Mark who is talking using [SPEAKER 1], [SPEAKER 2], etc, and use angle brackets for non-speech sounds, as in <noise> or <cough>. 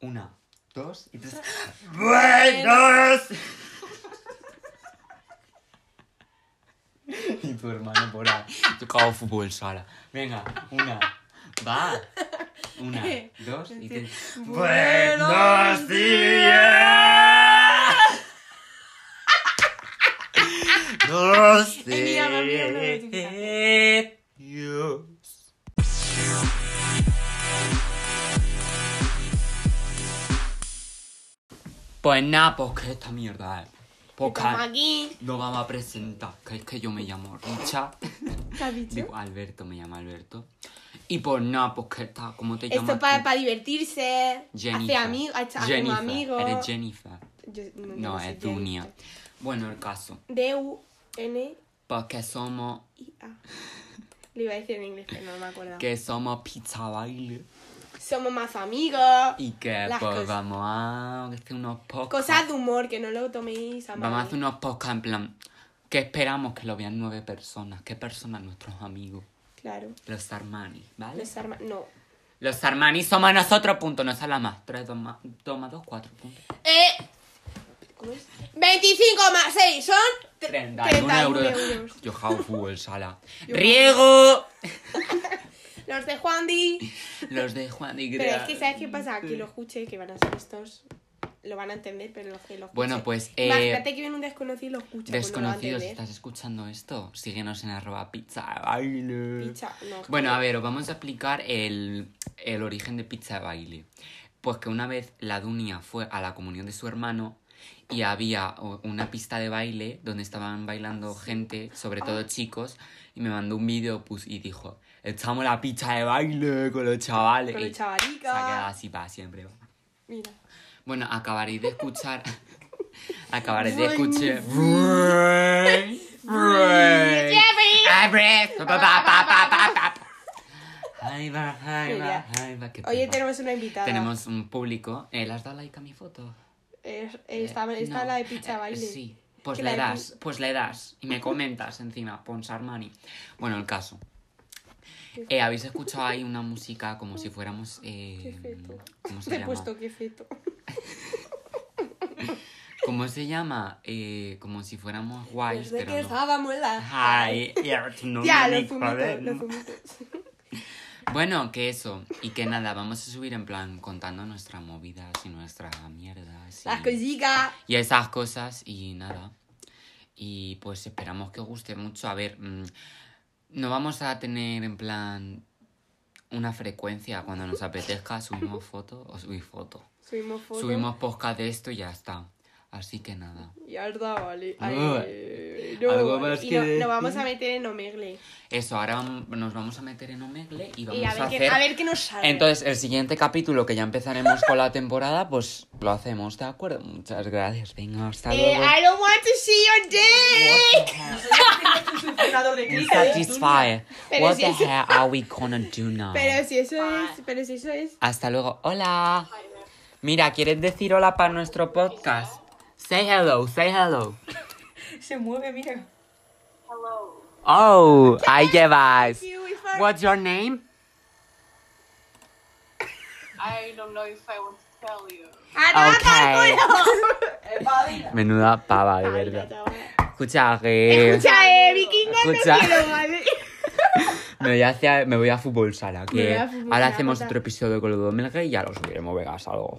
[SPEAKER 1] Una, dos y tres.
[SPEAKER 2] Buenos.
[SPEAKER 1] y tu hermano por ahí. Tocado fútbol sala. Venga, una, va. Una, dos y tres.
[SPEAKER 2] Buenos días. Dos
[SPEAKER 3] Eh, mira, me olvidé una notificación.
[SPEAKER 2] días.
[SPEAKER 1] Pues nada, pues que esta mierda es. Pues
[SPEAKER 3] Estamos
[SPEAKER 1] que
[SPEAKER 3] aquí.
[SPEAKER 1] nos vamos a presentar. Que es que yo me llamo
[SPEAKER 3] <laughs>
[SPEAKER 1] Richard.
[SPEAKER 3] ¿Qué has dicho?
[SPEAKER 1] Digo, Alberto, me llama Alberto. Y pues nada, pues que esta, ¿cómo te
[SPEAKER 3] Esto
[SPEAKER 1] llamas?
[SPEAKER 3] es para,
[SPEAKER 1] tú?
[SPEAKER 3] divertirse, hacer
[SPEAKER 1] Jennifer.
[SPEAKER 3] amigos, hacer
[SPEAKER 1] Jennifer.
[SPEAKER 3] amigos.
[SPEAKER 1] Eres Jennifer.
[SPEAKER 3] Yo- no, yo
[SPEAKER 1] No,
[SPEAKER 3] soy
[SPEAKER 1] es
[SPEAKER 3] Jennifer.
[SPEAKER 1] Dunia. Bueno, el caso.
[SPEAKER 3] D-U-N-I-A.
[SPEAKER 1] Porque somos.
[SPEAKER 3] Lo iba a decir en inglés, pero no me acuerdo.
[SPEAKER 1] Que somos pizza baile.
[SPEAKER 3] Somos más amigos.
[SPEAKER 1] Y que
[SPEAKER 3] Las
[SPEAKER 1] pues
[SPEAKER 3] cosas.
[SPEAKER 1] vamos a hacer unos podcasts.
[SPEAKER 3] Cosas de humor, que no lo toméis a mal.
[SPEAKER 1] Vamos a hacer unos podcasts en plan. ¿Qué esperamos que lo vean nueve personas? ¿Qué personas nuestros amigos?
[SPEAKER 3] Claro.
[SPEAKER 1] Los Armani, ¿vale?
[SPEAKER 3] Los arma... No.
[SPEAKER 1] Los Armani somos nosotros, punto. No sale más. Tres, dos más, dos más dos, cuatro, punto.
[SPEAKER 3] Eh, ¿Cómo es? 25 más 6 son... tre-
[SPEAKER 1] 31 euros.
[SPEAKER 3] euros.
[SPEAKER 1] Yo juego fútbol sala. ¡Riego!
[SPEAKER 3] Los de Juan Di.
[SPEAKER 1] Los de Juan y
[SPEAKER 3] Pero es que, ¿sabes qué pasa? Que lo escuche, que van a ser estos. Lo van a entender, pero los que lo escuche.
[SPEAKER 1] Bueno, pues, eh,
[SPEAKER 3] Imagínate que viene un desconocido y lo escucha. pues no lo va a
[SPEAKER 1] Desconocidos,
[SPEAKER 3] entender.
[SPEAKER 1] ¿estás escuchando esto? Síguenos en arroba pizza de baile.
[SPEAKER 3] Picha, no, es que-
[SPEAKER 1] Bueno, a ver, os vamos a explicar el, el origen de pizza de baile. Pues que una vez la Dunia fue a la comunión de su hermano y había o- una pista de baile donde estaban bailando gente, sobre todo chicos, y me mandó un vídeo pues, y dijo, estamos en la pizza de baile con los chavales.
[SPEAKER 3] Con
[SPEAKER 1] Y
[SPEAKER 3] los
[SPEAKER 1] eh, Se ha quedado
[SPEAKER 3] chavalicas.
[SPEAKER 1] así para siempre. va.
[SPEAKER 3] Mira.
[SPEAKER 1] Bueno, acabaréis de
[SPEAKER 3] <laughs>
[SPEAKER 1] escuchar. acabaréis de
[SPEAKER 3] Brum,
[SPEAKER 1] escuchar. Ay, va, ay, va,
[SPEAKER 3] Mira.
[SPEAKER 1] ay, va, qué
[SPEAKER 3] Oye,
[SPEAKER 1] pena.
[SPEAKER 3] tenemos una invitada.
[SPEAKER 1] Tenemos un público. Eh, ¿Le has dado like a mi foto?
[SPEAKER 3] Es- está
[SPEAKER 1] Eh,
[SPEAKER 3] está
[SPEAKER 1] no.
[SPEAKER 3] la de pizza
[SPEAKER 1] Eh,
[SPEAKER 3] baile.
[SPEAKER 1] Sí, pues
[SPEAKER 3] Que
[SPEAKER 1] le
[SPEAKER 3] la de
[SPEAKER 1] das, pues le das. Y me comentas encima, Pons Armani. Bueno, el caso. Eh, ¿Habéis escuchado ahí una música como si fuéramos...
[SPEAKER 3] Qué
[SPEAKER 1] Eh,
[SPEAKER 3] feto.
[SPEAKER 1] ¿Cómo se
[SPEAKER 3] Te he
[SPEAKER 1] llama?
[SPEAKER 3] puesto qué feto.
[SPEAKER 1] ¿Cómo se llama? Eh, como si fuéramos guays,
[SPEAKER 3] Desde
[SPEAKER 1] pero
[SPEAKER 3] Pues que
[SPEAKER 1] no.
[SPEAKER 3] estábamos en la.
[SPEAKER 1] Ay, y ahora tu nombre,
[SPEAKER 3] Ya,
[SPEAKER 1] mi
[SPEAKER 3] los fumitos,
[SPEAKER 1] joder,
[SPEAKER 3] los
[SPEAKER 1] ¿no?
[SPEAKER 3] fumitos.
[SPEAKER 1] Bueno, que eso. Y que nada, vamos a subir en plan contando nuestras movidas y nuestras mierdas.
[SPEAKER 3] Las
[SPEAKER 1] Y,
[SPEAKER 3] cosillas.
[SPEAKER 1] y esas cosas y nada. Y pues esperamos que os guste mucho. A ver, mm, no vamos a tener en plan una frecuencia. Cuando nos apetezca subimos foto o subir foto.
[SPEAKER 3] Subimos fotos.
[SPEAKER 1] Subimos podcast de esto y ya está. Así que nada.
[SPEAKER 3] Y ahora vale. Ay,
[SPEAKER 1] Ué.
[SPEAKER 3] no,
[SPEAKER 1] Algo más
[SPEAKER 3] y
[SPEAKER 1] que
[SPEAKER 3] no- nos
[SPEAKER 1] decir.
[SPEAKER 3] vamos a meter en Omegle.
[SPEAKER 1] Eso, ahora vam- nos vamos a meter en Omegle y vamos
[SPEAKER 3] Y a ver,
[SPEAKER 1] hacer...
[SPEAKER 3] qué, a ver qué nos sale.
[SPEAKER 1] Entonces, el siguiente capítulo, que ya empezaremos con la temporada, pues lo hacemos, ¿de acuerdo? Muchas gracias. Venga, hasta
[SPEAKER 3] Eh,
[SPEAKER 1] luego.
[SPEAKER 3] I don't want to see your dick. ¿eh?
[SPEAKER 1] Insatisfied.
[SPEAKER 3] Pero
[SPEAKER 1] What
[SPEAKER 3] si
[SPEAKER 1] the
[SPEAKER 3] es-
[SPEAKER 1] hell are we gonna do now?
[SPEAKER 3] Pero si eso es, pero si eso es.
[SPEAKER 1] Hasta luego. Hola. Mira, ¿quieres decir hola para nuestro podcast? Say hello, say hello.
[SPEAKER 3] Se mueve, mira.
[SPEAKER 1] Oh, ahí llevas. What's your name?
[SPEAKER 4] I don't know if I want to tell you.
[SPEAKER 3] Ah,
[SPEAKER 1] Okay. Menuda pava, de verdad. Escucha, que...
[SPEAKER 3] Escucha, eh, vikingo
[SPEAKER 1] Escucha.
[SPEAKER 3] no quiero, ¿vale?
[SPEAKER 1] Me voy, hacia- me voy a fútbol sala.
[SPEAKER 3] Me voy
[SPEAKER 1] Que
[SPEAKER 3] a fútbol
[SPEAKER 1] ahora
[SPEAKER 3] sala,
[SPEAKER 1] hacemos
[SPEAKER 3] jota.
[SPEAKER 1] otro episodio con los dos Melgue y ya lo subiremos. Vegas algo.